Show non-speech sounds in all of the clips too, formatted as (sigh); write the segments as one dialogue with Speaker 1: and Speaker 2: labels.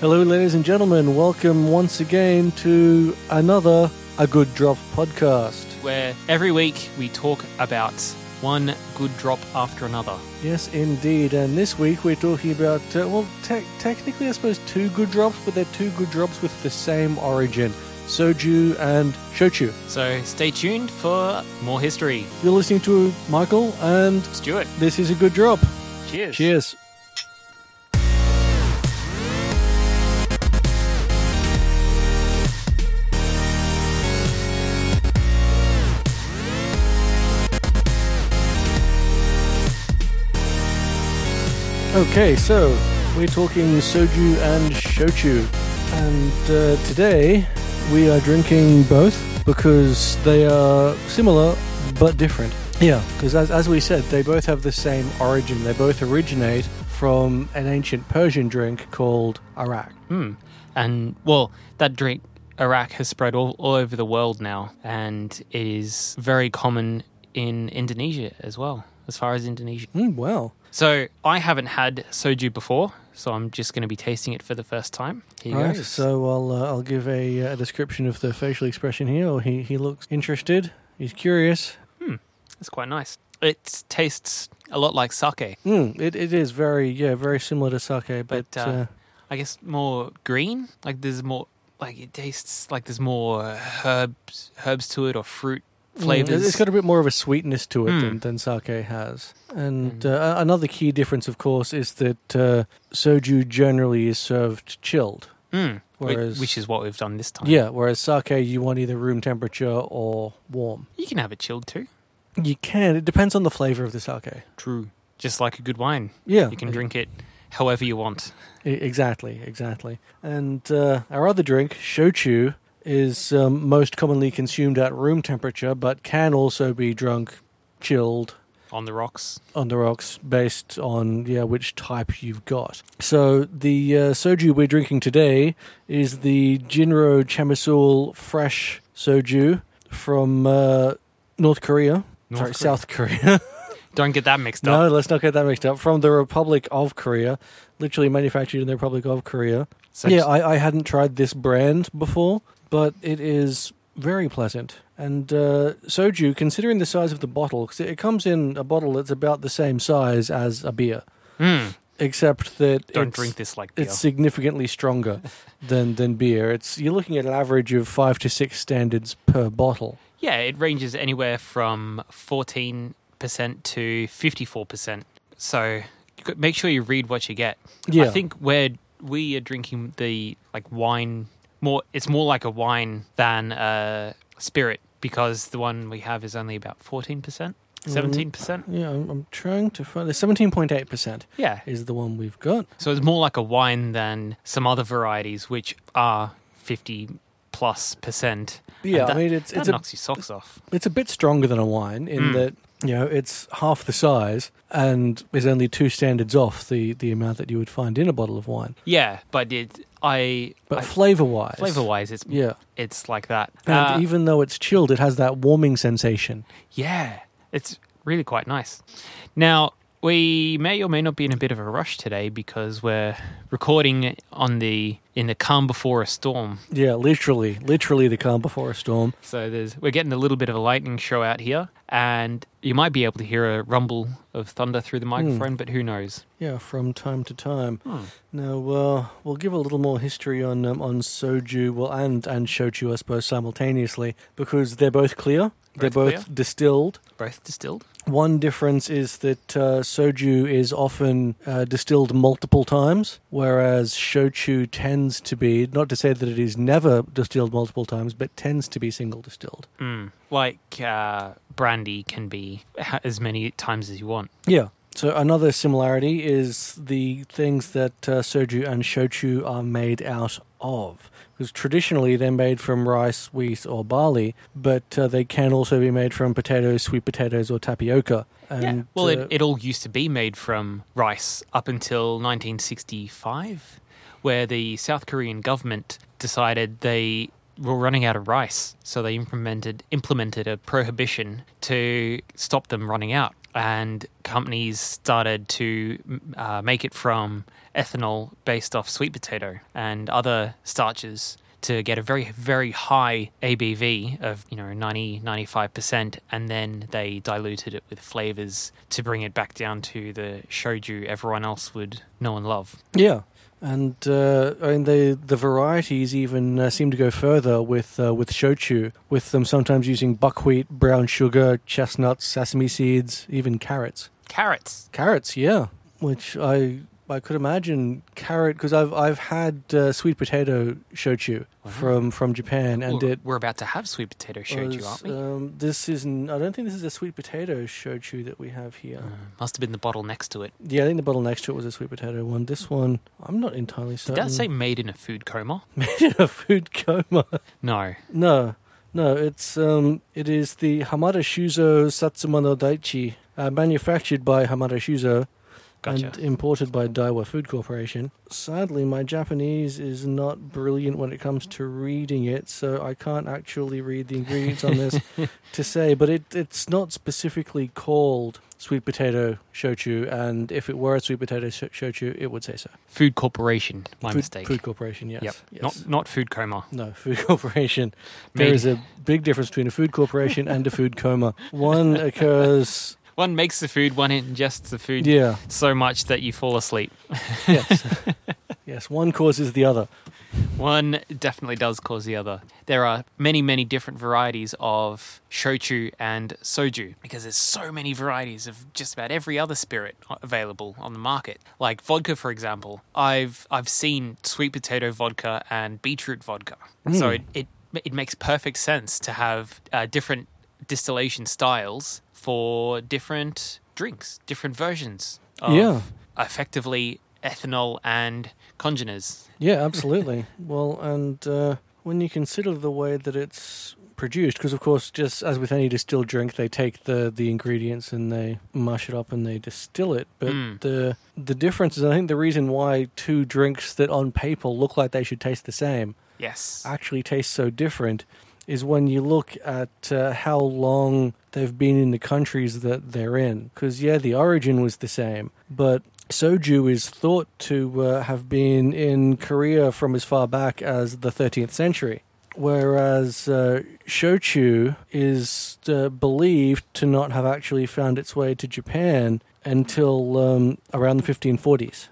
Speaker 1: Hello, ladies and gentlemen. Welcome once again to another A Good Drop podcast.
Speaker 2: where every week we talk about one good drop after another.
Speaker 1: Yes, indeed. And this week we're talking about, uh, well, te- technically, I suppose two good drops, but they're two good drops with the same origin soju and shochu.
Speaker 2: So stay tuned for more history.
Speaker 1: You're listening to Michael, and
Speaker 2: Stuart,
Speaker 1: this is a good drop.
Speaker 2: cheers.
Speaker 1: Cheers. Okay, so we're talking soju and shochu, and uh, today we are drinking both because they are similar but different. Yeah, because as, as we said, they both have the same origin. They both originate from an ancient Persian drink called arak.
Speaker 2: Hmm. And well, that drink, Iraq, has spread all, all over the world now, and it is very common in Indonesia as well, as far as Indonesia.
Speaker 1: Mm, wow.
Speaker 2: So I haven't had soju before, so I'm just going to be tasting it for the first time. Here you
Speaker 1: All right,
Speaker 2: goes.
Speaker 1: so I'll uh, I'll give a, uh, description of the facial expression here. Oh, he he looks interested. He's curious.
Speaker 2: It's quite nice. It tastes a lot like sake.
Speaker 1: Mm, it, it is very yeah very similar to sake, but,
Speaker 2: But, uh,
Speaker 1: uh,
Speaker 2: I guess more green. Like there's more like it tastes like there's more herbs herbs to it or fruit
Speaker 1: Mm,
Speaker 2: flavors.
Speaker 1: It's got a bit more of a sweetness to it
Speaker 2: Mm.
Speaker 1: than, than sake has. And
Speaker 2: Mm.
Speaker 1: uh, another key difference, of course, is that uh, soju generally is served chilled.
Speaker 2: Mm, whi-
Speaker 1: whereas-
Speaker 2: which is what we've done this time.
Speaker 1: Yeah, whereas sake you want either room temperature or warm.
Speaker 2: You can have it chilled too.
Speaker 1: You can. It depends on the flavor of the sake.
Speaker 2: True. Just like a good wine.
Speaker 1: Yeah,
Speaker 2: You can drink it however you want.
Speaker 1: E- Exactly, exactly. And uh, our other drink, shochu, is um, most commonly consumed at room temperature, but can also be drunk chilled
Speaker 2: On the rocks.
Speaker 1: on the rocks based on yeah which type you've got. So the uh, soju we're drinking today is the Jinro Chamisul fresh soju from uh, North Korea.
Speaker 2: North
Speaker 1: Sorry,
Speaker 2: Korea.
Speaker 1: South Korea.
Speaker 2: Don't get that
Speaker 1: (laughs)
Speaker 2: mixed
Speaker 1: no,
Speaker 2: up.
Speaker 1: let's not get that mixed up. From the Republic of Korea, literally manufactured in the Republic of Korea.
Speaker 2: So
Speaker 1: yeah, I, I hadn't tried this brand before, but it is very pleasant. And uh, soju, considering the size of the bottle, 'cause it comes in a bottle that's about the same size as a beer,
Speaker 2: Mm,
Speaker 1: except that
Speaker 2: don't
Speaker 1: it's,
Speaker 2: drink this like beer.
Speaker 1: it's significantly
Speaker 2: (laughs)
Speaker 1: stronger than, than beer. It's You're looking at an average of five to six standards per bottle.
Speaker 2: Yeah, it ranges anywhere from 14% to 54%. So you could- make sure you read what you get.
Speaker 1: Yeah.
Speaker 2: I think where we are drinking the like wine more it's more like a wine than a spirit because the one we have is only about 14%, 17%.
Speaker 1: Mm-hmm. Yeah, I'm, I'm trying to find. There's 17.8%
Speaker 2: Yeah.
Speaker 1: is the one we've got.
Speaker 2: So it's more like a wine than some other varieties which are 50 plus percent. And
Speaker 1: Yeah,
Speaker 2: that,
Speaker 1: I mean, it's,
Speaker 2: that
Speaker 1: it's a
Speaker 2: knocks your socks off.
Speaker 1: it's a bit stronger than a wine in
Speaker 2: Mm.
Speaker 1: that you know it's half the size and is only two standards off the the amount that you would find in a bottle of wine.
Speaker 2: Yeah, but it I
Speaker 1: But flavor wise,
Speaker 2: flavor wise it's
Speaker 1: yeah.
Speaker 2: it's like that.
Speaker 1: And
Speaker 2: Uh,
Speaker 1: even though it's chilled, it has that warming sensation.
Speaker 2: yeah, it's really quite nice. Now, we may or may not be in a bit of a rush today because we're recording on the in the calm before a storm.
Speaker 1: Yeah, literally, literally the calm before a storm.
Speaker 2: So there's we're getting a little bit of a lightning show out here, and you might be able to hear a rumble of thunder through the microphone, but who knows?
Speaker 1: Yeah, from time to time.
Speaker 2: Hmm.
Speaker 1: Now uh, we'll give a little more history on um, on soju, well, and and shochu, I suppose, simultaneously because they're both clear. they're
Speaker 2: Both
Speaker 1: both distilled.
Speaker 2: Both distilled.
Speaker 1: One difference is that uh, soju is often uh, distilled multiple times, whereas shochu tends to be, not to say that it is never distilled multiple times, but tends to be single distilled.
Speaker 2: Mm. Like uh, brandy can be ha- as many times as you want.
Speaker 1: Yeah. So another similarity is the things that uh, soju and shochu are made out of. Because traditionally they're made from rice, wheat, or barley, but uh, they can also be made from potatoes, sweet potatoes, or tapioca. And,
Speaker 2: yeah. Well,
Speaker 1: uh,
Speaker 2: it, it all used to be made from rice up until 1965, where the South Korean government decided they were running out of rice, so they implemented implemented a prohibition to stop them running out. and companies started to m- uh, make it from ethanol based off sweet potato and other starches to get a very very high ABV of you know 90 95% and then they diluted it with flavors to bring it back down to the shoju everyone else would know and love
Speaker 1: Yeah, and uh, I mean the the varieties even uh, seem to go further with uh, with shochu, with them sometimes using buckwheat, brown sugar, chestnuts, sesame seeds, even carrots.
Speaker 2: carrots
Speaker 1: Carrots, yeah, which I. I could imagine carrot because I've I've had uh, sweet potato shochu
Speaker 2: Wow.
Speaker 1: from from Japan and
Speaker 2: Well,
Speaker 1: it
Speaker 2: we're about to have sweet potato shoju
Speaker 1: was,
Speaker 2: aren't we
Speaker 1: Um, this is n- I don't think this is a sweet potato shochu that we have here.
Speaker 2: Uh, must have been the bottle next to it.
Speaker 1: Yeah, I think the bottle next to it was a sweet potato one. This one I'm not entirely
Speaker 2: Did
Speaker 1: certain.
Speaker 2: that say made in a food coma?
Speaker 1: a food coma?
Speaker 2: No.
Speaker 1: No, no, it's um, it is the Hamada Shuzo Satsumono Daichi, uh, manufactured by Hamada Shuzo
Speaker 2: Gotcha.
Speaker 1: and imported by Daiwa Food Corporation. Sadly, my Japanese is not brilliant when it comes to reading it, so I can't actually read the ingredients on
Speaker 2: (laughs)
Speaker 1: this to say. But it it's not specifically called sweet potato shochu, and if it were a sweet potato sh- shochu, it would say so.
Speaker 2: food corporation. My
Speaker 1: food,
Speaker 2: mistake.
Speaker 1: Food Corporation, yes.
Speaker 2: Yep.
Speaker 1: yes.
Speaker 2: Not not food coma.
Speaker 1: No, food (laughs) corporation. There
Speaker 2: Made-
Speaker 1: is a big difference between a food corporation and a food coma. One occurs,
Speaker 2: One makes the food, one ingests the food
Speaker 1: yeah,
Speaker 2: so much that you fall asleep.
Speaker 1: yes, yes. One causes the other.
Speaker 2: One definitely does cause the other. There are many, many different varieties of shochu and soju because there's so many varieties of just about every other spirit available on the market. Like vodka, for example, I've I've seen sweet potato vodka and beetroot vodka, so it, it it makes perfect sense to have uh, different distillation styles for different drinks, different versions of
Speaker 1: Yeah.
Speaker 2: effectively ethanol and congeners.
Speaker 1: Yeah, absolutely. well, and uh, when you consider the way that it's produced, because of course, just as with any distilled drink, they take the the ingredients and they mash it up and they distill it. But
Speaker 2: Mm.
Speaker 1: the the difference is, I think, the reason why two drinks that on paper look like they should taste the same
Speaker 2: Yes.
Speaker 1: actually taste so different is when you look at uh, how long they've been in the countries that they're in. Because, yeah, the origin was the same, but soju is thought to uh, have been in Korea from as far back as the 13th century. Whereas uh, shochu is uh, believed to not have actually found its way to Japan until um, around the 1540s.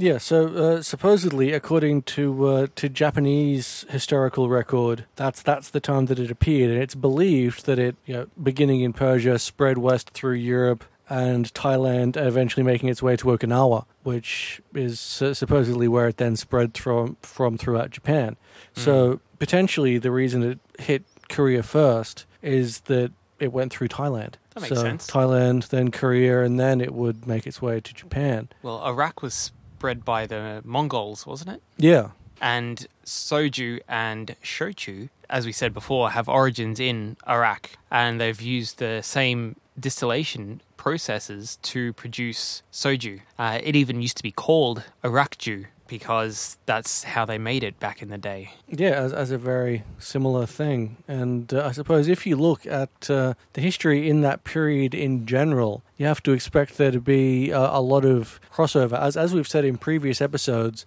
Speaker 1: Yeah, so uh, supposedly, according to uh, to Japanese historical record, that's that's the time that it appeared, and it's believed that it, you know, beginning in Persia, spread west through Europe and Thailand, and eventually making its way to Okinawa, which is uh, supposedly where it then spread from from throughout Japan. So potentially, the reason it hit Korea first is that it went through Thailand.
Speaker 2: That makes
Speaker 1: So
Speaker 2: sense.
Speaker 1: Thailand, then Korea, and then it would make its way to Japan.
Speaker 2: Well, Iraq was spread by the Mongols, wasn't it?
Speaker 1: Yeah.
Speaker 2: And soju and shochu, as we said before, have origins in Iraq, and they've used the same distillation processes to produce soju. Uh, it even used to be called Iraqju because that's how they made it back in the day.
Speaker 1: Yeah, as, as a very similar thing. And uh, I suppose if you look at uh, the history in that period in general, you have to expect there to be uh, a lot of crossover. As, as we've said in previous episodes,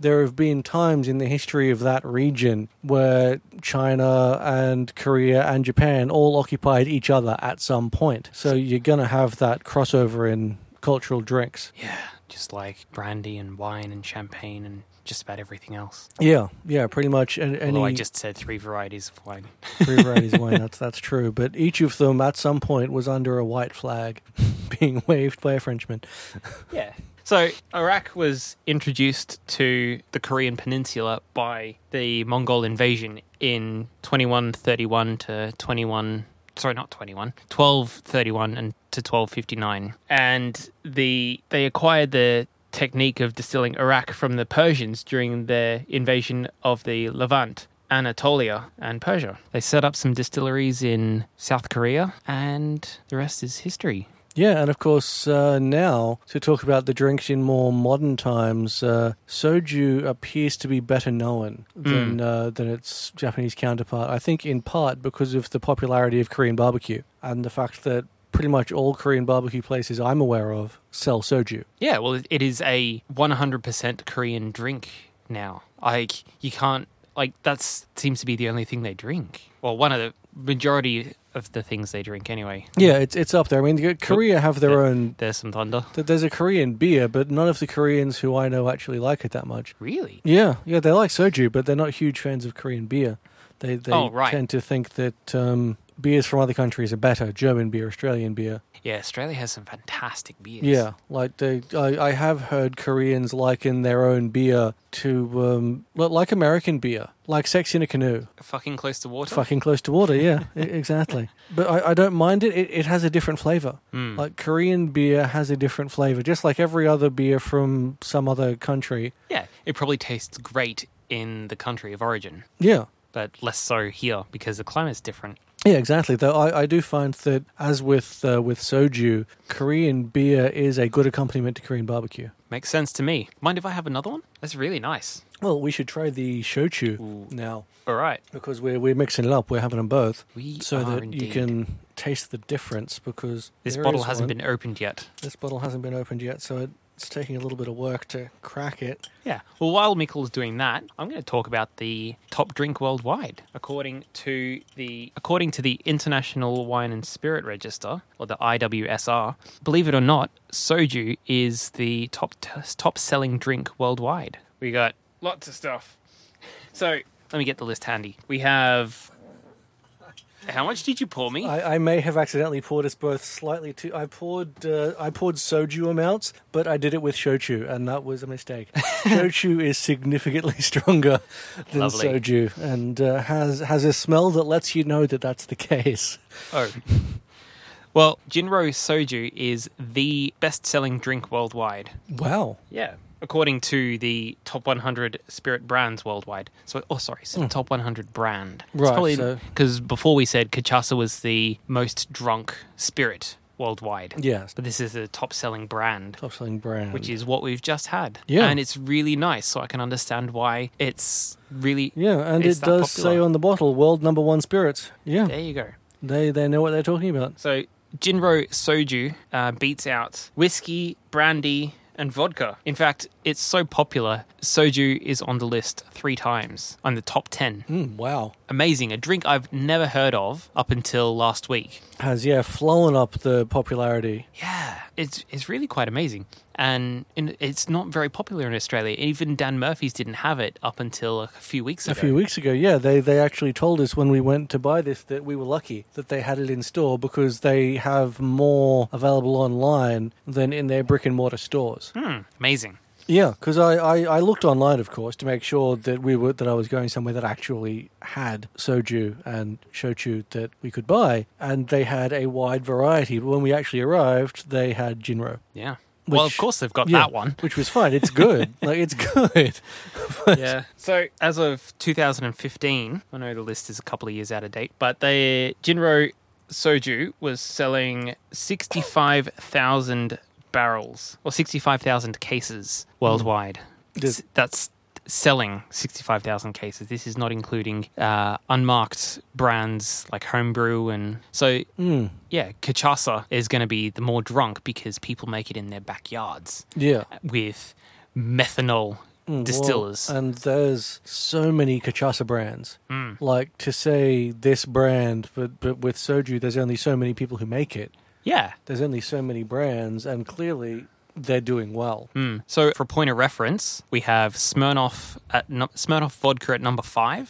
Speaker 1: there have been times in the history of that region where China and Korea and Japan all occupied each other at some point. So you're going to have that crossover in cultural drinks.
Speaker 2: Yeah, just like brandy and wine and champagne and just about everything else.
Speaker 1: Yeah, yeah, pretty much. And any
Speaker 2: Although I just said three varieties of wine.
Speaker 1: three varieties of wine. That's that's true. But each of them, at some point, was under a white flag, (laughs) being waved by a Frenchman.
Speaker 2: Yeah. So Iraq was introduced to the Korean peninsula by the Mongol invasion in 2131 to 21 sorry not 21 1231 and to 1259 and the they acquired the technique of distilling Iraq from the Persians during their invasion of the Levant Anatolia and Persia. They set up some distilleries in South Korea and the rest is history.
Speaker 1: Yeah, and of course uh, now to talk about the drinks in more modern times, uh, soju appears to be better known than uh, than its Japanese counterpart. I think in part because of the popularity of Korean barbecue and the fact that pretty much all Korean barbecue places I'm aware of sell soju.
Speaker 2: Yeah, well, it- it is a 100% Korean drink now. Like, you can't, like, that seems to be the only thing they drink. Well, one of the majority of the things they drink, anyway.
Speaker 1: Yeah, it's it's up there. I mean, Korea have their own.
Speaker 2: There's some thunder.
Speaker 1: th- There's a Korean beer, but none of the Koreans who I know actually like it that much.
Speaker 2: Really?
Speaker 1: Yeah, yeah, they like soju, but they're not huge fans of Korean beer. They they
Speaker 2: Oh, right.
Speaker 1: tend to think that um, beers from other countries are better. German beer, Australian beer.
Speaker 2: Yeah, Australia has some fantastic beers.
Speaker 1: Yeah, like they, I, I have heard Koreans liken their own beer to um, li- like American beer, like sex in a canoe,
Speaker 2: Fucking close to water.
Speaker 1: fucking close to water. Yeah, e- exactly. But I, I don't mind it. it. It has a different flavor.
Speaker 2: Mm.
Speaker 1: Like Korean beer has a different flavor, just like every other beer from some other country.
Speaker 2: Yeah, it probably tastes great in the country of origin,
Speaker 1: Yeah.
Speaker 2: but less so here because the climate's different.
Speaker 1: Yeah, exactly. Though I, I do find that, as with uh, with soju, Korean beer is a good accompaniment to Korean barbecue.
Speaker 2: Makes sense to me. Mind if I have another one? That's really nice.
Speaker 1: Well, we should try the shochu now
Speaker 2: All right.
Speaker 1: because we're we're mixing it up. We're having them both,
Speaker 2: We
Speaker 1: so
Speaker 2: are
Speaker 1: that
Speaker 2: indeed.
Speaker 1: you can taste the difference. Because
Speaker 2: This
Speaker 1: there
Speaker 2: bottle
Speaker 1: is
Speaker 2: hasn't
Speaker 1: one-
Speaker 2: been opened yet.
Speaker 1: this bottle hasn't been opened yet, so it's taking a little bit of work to crack it.
Speaker 2: Yeah. Well, while Mikkel's doing that, I'm going to talk about the top drink worldwide according to the according to the International Wine and Spirit Register or the IWSR. Believe it or not, soju is the top top selling drink worldwide. We got lots of stuff. So let me get the list handy. We have. How much did you pour me?
Speaker 1: I, I may have accidentally poured us both slightly too. I poured uh, I poured soju amounts, but I did it with shochu, and that was a
Speaker 2: (laughs)
Speaker 1: mistake. shochu is significantly (laughs) stronger than
Speaker 2: Lovely.
Speaker 1: soju, and uh, has has a smell that lets you know that that's the case.
Speaker 2: Oh. (laughs) Well, Jinro Soju is the best selling drink worldwide.
Speaker 1: Wow.
Speaker 2: Yeah. According to the top 100 spirit brands worldwide. So, oh, sorry, so top 100 brand.
Speaker 1: Hmm. Right, so-
Speaker 2: Because before we said Kachasa was the most drunk spirit worldwide.
Speaker 1: Yes.
Speaker 2: But this is the top selling brand,
Speaker 1: Top selling brand.
Speaker 2: which is what we've just had.
Speaker 1: Yeah.
Speaker 2: And it's really nice. So I can understand why it's really.
Speaker 1: yeah, and
Speaker 2: it's
Speaker 1: it
Speaker 2: that
Speaker 1: does
Speaker 2: popular.
Speaker 1: say on the bottle, world number one spirits. Yeah,
Speaker 2: There you go.
Speaker 1: they they know what they're talking about.
Speaker 2: So Jinro Soju uh, beats out whiskey, brandy, and vodka. In fact, it's so popular, soju is on the list three times on the top 10.
Speaker 1: Mm, wow.
Speaker 2: Amazing. A drink I've never heard of up until last week.
Speaker 1: Has yeah flown up the popularity.
Speaker 2: Yeah, it's, it's really quite amazing. And in, it's not very popular in Australia. Even Dan Murphy's didn't have it up until a few weeks
Speaker 1: a
Speaker 2: ago.
Speaker 1: few weeks ago. Yeah, they they actually told us when we went to buy this that we were lucky that they had it in store because they have more available online than in their brick and mortar stores.
Speaker 2: Hmm, amazing.
Speaker 1: Yeah, because I, I I looked online, of course, to make sure that we were that I was going somewhere that actually had soju and shochu that we could buy, and they had a wide variety. But when we actually arrived, they had Jinro.
Speaker 2: Yeah. well, of
Speaker 1: Which-
Speaker 2: course they've got
Speaker 1: Yeah,
Speaker 2: that one.
Speaker 1: which was fine. It's
Speaker 2: (laughs)
Speaker 1: good. like it's good.
Speaker 2: yeah. (laughs) So as of 2015, I know the list is a couple of years out of date, but the Jinro Soju was selling 65,000 barrels or 65,000 cases worldwide.
Speaker 1: Does-
Speaker 2: S- That's selling 65,000 cases. This is not including uh, unmarked brands like homebrew and so
Speaker 1: Mm,
Speaker 2: yeah, Kachasa is going to be the more drunk because people make it in their backyards
Speaker 1: yeah.
Speaker 2: with methanol
Speaker 1: Mm, well,
Speaker 2: distillers.
Speaker 1: and there's so many cachaça brands. Like to say this brand, but but with soju, there's only so many people who make it.
Speaker 2: yeah.
Speaker 1: There's only so many brands, and clearly they're doing well.
Speaker 2: Mm. So, for point of reference, we have Smirnoff at nu- Smirnoff vodka at number five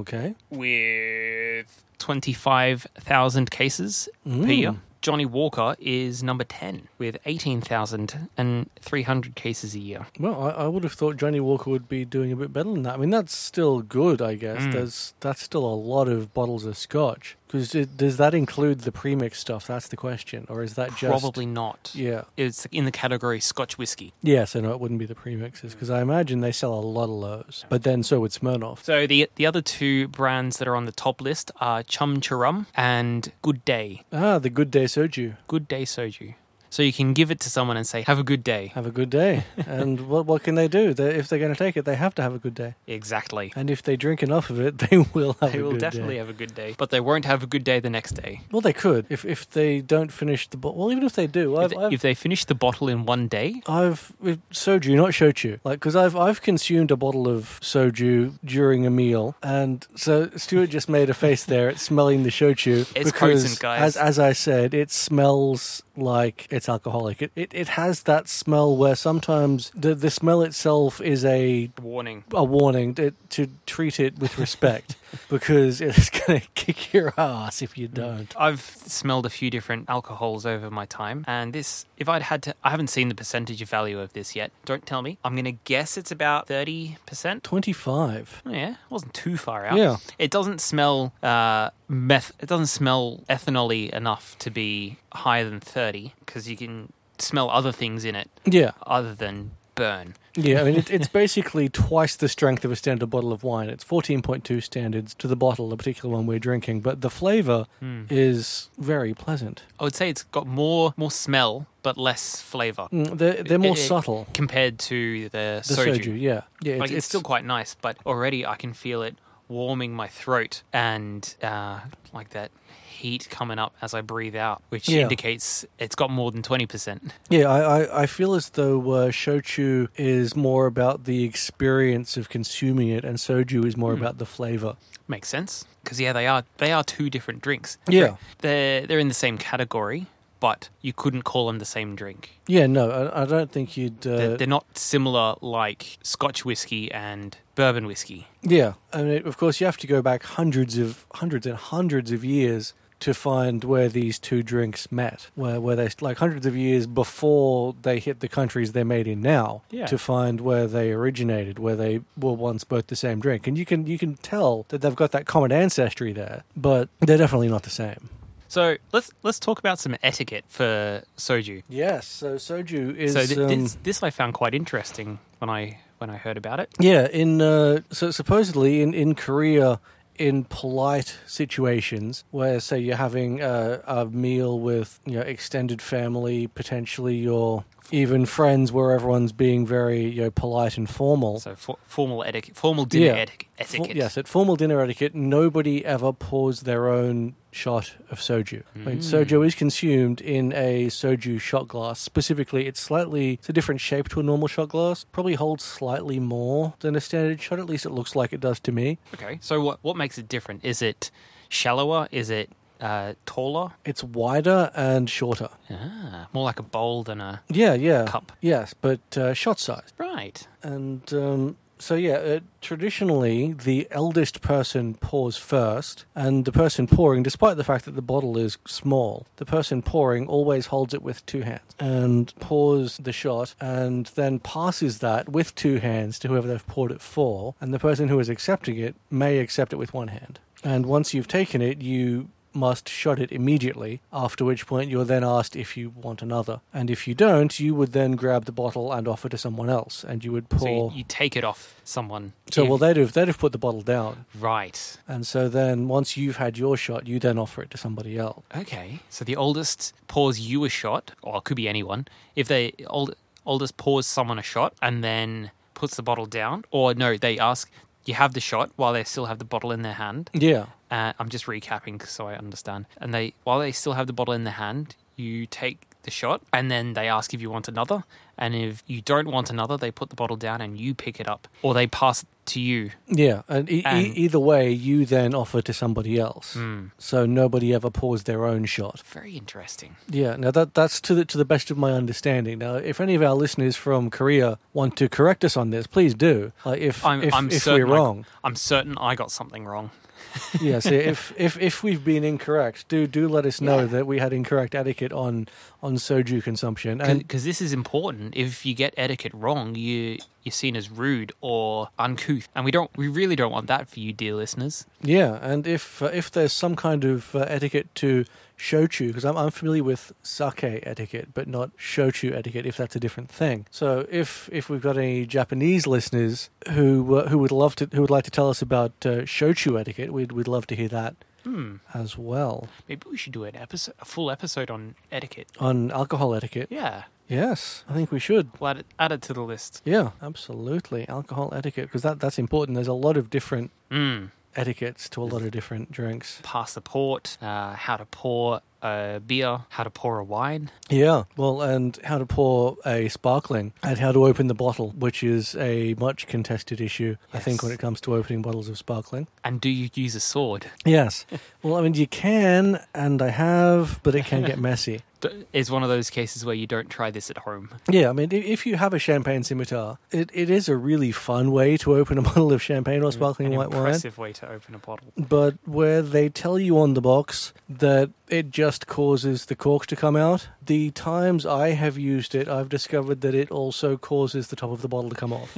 Speaker 1: Okay,
Speaker 2: with twenty-five thousand cases
Speaker 1: Mm. Hmm.
Speaker 2: per year. Johnny Walker is number ten with eighteen thousand and three hundred cases a year.
Speaker 1: well, I, I would have thought Johnny Walker would be doing a bit better than that. I mean, that's still good, I guess.
Speaker 2: Mm.
Speaker 1: There's that's still a lot of bottles of scotch. Because does that include the premix stuff? That's the question, or is that just
Speaker 2: Probably not.
Speaker 1: yeah?
Speaker 2: It's in the category Scotch whiskey.
Speaker 1: Yeah, so no, it wouldn't be the premixes because I imagine they sell a lot of those. But then so would Smirnoff.
Speaker 2: So the the other two brands that are on the top list are Chum Churum and Good Day.
Speaker 1: Ah, the Good Day Soju.
Speaker 2: Good Day Soju. So you can give it to someone and say, "Have a good day."
Speaker 1: Have a good
Speaker 2: (laughs)
Speaker 1: day. and what what can they do? They, if they're going to take it, they have to have a good day.
Speaker 2: Exactly.
Speaker 1: And if they drink enough of it, (laughs) they will have.
Speaker 2: They
Speaker 1: a
Speaker 2: will
Speaker 1: good
Speaker 2: definitely
Speaker 1: Day.
Speaker 2: have a good day, but they won't have a good day the next day.
Speaker 1: Well, they could if if they don't finish the bottle. Well, even if they do, I've
Speaker 2: If,
Speaker 1: I've,
Speaker 2: if they finish the bottle in one day,
Speaker 1: I've with soju, not shochu, like because I've I've consumed a bottle of soju during a meal, and so Stuart just made a face there at smelling the shochu.
Speaker 2: It's
Speaker 1: because
Speaker 2: potent, guys.
Speaker 1: As as I said, it smells like it's alcoholic. It it, it has that smell where sometimes the the smell itself is a
Speaker 2: warning.
Speaker 1: a warning to, to treat it with
Speaker 2: (laughs)
Speaker 1: respect because it's going to (laughs) kick your ass if you don't.
Speaker 2: I've smelled a few different alcohols over my time, and this, if I'd had to, I haven't seen the percentage of value of this yet. Don't tell me. I'm going to guess it's about 30%.
Speaker 1: 25.
Speaker 2: Oh, yeah, it wasn't too far out.
Speaker 1: Yeah.
Speaker 2: It doesn't smell uh, meth, it doesn't smell ethanoly enough to be higher than 30 because you can smell other things in it
Speaker 1: Yeah.
Speaker 2: other than burn.
Speaker 1: Yeah, I mean, it, it's basically twice the strength of a standard bottle of wine. It's 14.2 standards to the bottle, the particular one we're drinking, but the flavor
Speaker 2: Hmm.
Speaker 1: is very pleasant.
Speaker 2: I would say it's got more more smell but less flavor
Speaker 1: Mm, They're, they're more
Speaker 2: It- it-
Speaker 1: subtle.
Speaker 2: compared to the,
Speaker 1: The soju,
Speaker 2: soju.
Speaker 1: yeah. yeah
Speaker 2: like it's, still quite nice, but already I can feel it warming my throat and uh, like that heat coming up as I breathe out, which
Speaker 1: Yeah.
Speaker 2: indicates it's got more than twenty percent.
Speaker 1: Yeah, I, I, I feel as though uh, shochu is more about the experience of consuming it, and soju is
Speaker 2: Hmm.
Speaker 1: more about the flavor.
Speaker 2: Makes sense because yeah, they are they are two different drinks.
Speaker 1: Yeah.
Speaker 2: They're they're in the same category, but you couldn't call them the same drink.
Speaker 1: Yeah, no, I, I don't think you'd. Uh,
Speaker 2: They're, they're not similar like Scotch whiskey and bourbon whiskey.
Speaker 1: Yeah, I mean, of course, you have to go back hundreds of hundreds and hundreds of years to find where these two drinks met, where where they like hundreds of years before they hit the countries they're made in now,
Speaker 2: Yeah.
Speaker 1: to find where they originated, where they were once both the same drink, and you can you can tell that they've got that common ancestry there, but they're definitely not the same.
Speaker 2: So let's let's talk about some etiquette for soju.
Speaker 1: Yes, so soju is um,
Speaker 2: so th- this, this I found quite interesting when I when I heard about it.
Speaker 1: Yeah, in uh, so supposedly in in Korea, in polite situations where say you're having a, a meal with you know extended family, potentially your even friends, where everyone's being very you know polite and formal.
Speaker 2: So for, formal etiquette, formal dinner
Speaker 1: Yeah.
Speaker 2: etic-
Speaker 1: For-
Speaker 2: etiquette.
Speaker 1: yes, at formal dinner etiquette, nobody ever pours their own shot of soju. I mean, soju is consumed in a soju shot glass. Specifically, it's slightly it's a different shape to a normal shot glass. Probably holds slightly more than a standard shot. At least it looks like it does to me.
Speaker 2: Okay. So what what makes it different? Is it shallower? Is it uh, taller?
Speaker 1: It's wider and shorter.
Speaker 2: Ah, more like a bowl than a
Speaker 1: Yeah, yeah.
Speaker 2: Cup.
Speaker 1: Yes, but uh, shot sized.
Speaker 2: right.
Speaker 1: And um, so, yeah, uh, traditionally the eldest person pours first, and the person pouring, despite the fact that the bottle is small, the person pouring always holds it with two hands and pours the shot and then passes that with two hands to whoever they've poured it for. And the person who is accepting it may accept it with one hand. And once you've taken it, you must shot it immediately, after which point you're then asked if you want another. And if you don't, you would then grab the bottle and offer to someone else, and you would pour.
Speaker 2: So
Speaker 1: So,
Speaker 2: you, you take it off someone. if-
Speaker 1: well, they'd have, they'd have put the bottle down.
Speaker 2: right.
Speaker 1: And so then, once you've had your shot, you then offer it to somebody else.
Speaker 2: Okay. So the oldest pours you a shot, or it could be anyone. If they old, oldest pours someone a shot and then puts the bottle down, or no, they ask. You have the shot while they still have the bottle in their hand,
Speaker 1: Yeah.
Speaker 2: Uh, I'm just recapping so I understand. And they, while they still have the bottle in their hand, you take the shot, and then they ask if you want another. And if you don't want another, they put the bottle down and you pick it up, or they pass it to you.
Speaker 1: Yeah. And, Mm. e- e-
Speaker 2: And-
Speaker 1: either way, you then offer to somebody else. So nobody ever pours their own shot.
Speaker 2: Hmm. Very interesting.
Speaker 1: Yeah, now that that's to the to the best of my understanding. Now, if any of our listeners from Korea want to correct us on this, please do. Like if
Speaker 2: I'm,
Speaker 1: if,
Speaker 2: I'm
Speaker 1: if
Speaker 2: certain
Speaker 1: we're (laughs) wrong,
Speaker 2: I, am certain I got something wrong.
Speaker 1: yeah. So if, if if we've been incorrect, do do let us know
Speaker 2: Yeah.
Speaker 1: that we had incorrect etiquette on on soju consumption. And
Speaker 2: Because this is important. If you get etiquette wrong, you you're seen as rude or uncouth, and we don't. We really don't want that for you, dear listeners.
Speaker 1: yeah, and if uh, if there's some kind of uh, etiquette to shochu, because I'm I'm familiar with sake etiquette, but not shochu etiquette. If that's a different thing. So if if we've got any Japanese listeners who uh, who would love to who would like to tell us about uh, shochu etiquette, we'd we'd love to hear that.
Speaker 2: Hmm.
Speaker 1: as well
Speaker 2: Maybe we should do an episode, a full episode on etiquette.
Speaker 1: on alcohol etiquette.
Speaker 2: Yeah,
Speaker 1: Yes, I think we should.
Speaker 2: we'll add it, add it to the list.
Speaker 1: Yeah, absolutely. Alcohol etiquette because that that's important. There's a lot of different
Speaker 2: Mm.
Speaker 1: etiquettes to a lot of different drinks.
Speaker 2: Pass the port. Uh, how to pour a beer. How to pour a wine.
Speaker 1: Yeah, well, and how to pour a sparkling and how to open the bottle, which is a much contested issue, I think,
Speaker 2: Yes.
Speaker 1: when it comes to opening bottles of sparkling.
Speaker 2: And do you use a sword?
Speaker 1: Yes. well, I mean, you can, and I have, but it
Speaker 2: (laughs)
Speaker 1: can get messy.
Speaker 2: D- Is one of those cases where you don't try this at home.
Speaker 1: Yeah, I mean, i- if you have a champagne scimitar, it, it is a really fun way to open a (laughs) bottle of champagne or sparkling
Speaker 2: An
Speaker 1: white wine.
Speaker 2: impressive way to open a bottle.
Speaker 1: But where they tell you on the box that it just causes the cork to come out, the times I have used it, I've discovered that it also causes the top of the bottle to come
Speaker 2: (laughs)
Speaker 1: off.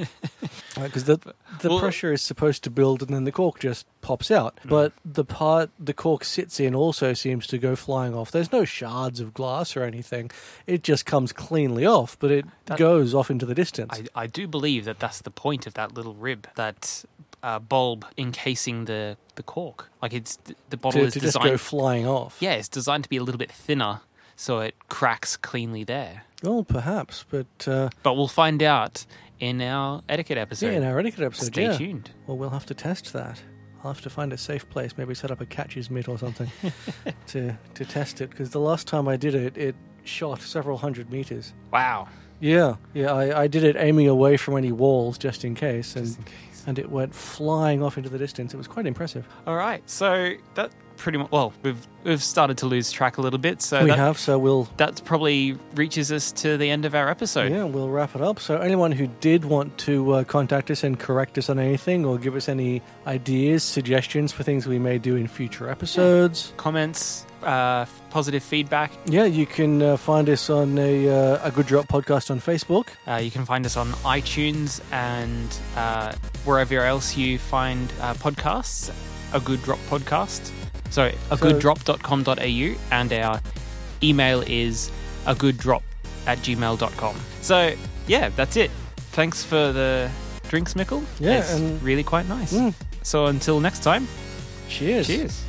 Speaker 1: Because the, the
Speaker 2: Well- Mm.
Speaker 1: pressure is supposed to build and then the cork just pops out. But the part the cork sits in also seems to go flying off. There's no shards of glass or anything, it just comes cleanly off, but it
Speaker 2: That-
Speaker 1: goes off into the distance.
Speaker 2: I, I do believe that that's the point of that little rib, that uh, bulb encasing the, the cork. Like it's the bottle
Speaker 1: to
Speaker 2: is
Speaker 1: to just
Speaker 2: designed.
Speaker 1: go flying off.
Speaker 2: yeah, it's designed to be a little bit thinner, so it cracks cleanly there.
Speaker 1: Well, perhaps, but uh,
Speaker 2: But we'll find out in our etiquette episode.
Speaker 1: yeah, in our etiquette episode,
Speaker 2: Stay
Speaker 1: yeah.
Speaker 2: tuned.
Speaker 1: Well, we'll have to test that. I'll have to find a safe place, maybe set up a catcher's mitt or (laughs) something to, to test it. Because the last time I did it, it shot several hundred meters.
Speaker 2: Wow.
Speaker 1: Yeah, yeah, I, I did it aiming away from any walls just in case, and, and it went flying off into the distance. It was quite impressive.
Speaker 2: All right. So that pretty much. Well, we've we've started to lose track a little bit. So
Speaker 1: we
Speaker 2: that,
Speaker 1: have, so we'll
Speaker 2: that probably reaches us to the end of our episode.
Speaker 1: Yeah, we'll wrap it up. So, anyone who did want to uh, contact us and correct us on anything or give us any ideas, suggestions for things we may do in future episodes,
Speaker 2: Comments, uh, f- positive feedback.
Speaker 1: yeah, you can uh, find us on a, uh, a Good Drop podcast on Facebook.
Speaker 2: Uh, you can find us on iTunes and uh, wherever else you find uh, podcasts. A Good Drop podcast. So, a
Speaker 1: So-
Speaker 2: good agooddrop.com.au and our email is a good drop at gmail.com. So, yeah, that's it. Thanks for the drinks, Mickle.
Speaker 1: Yeah,
Speaker 2: It's
Speaker 1: and-
Speaker 2: really quite nice.
Speaker 1: Mm.
Speaker 2: So, until next time,
Speaker 1: Cheers.
Speaker 2: cheers.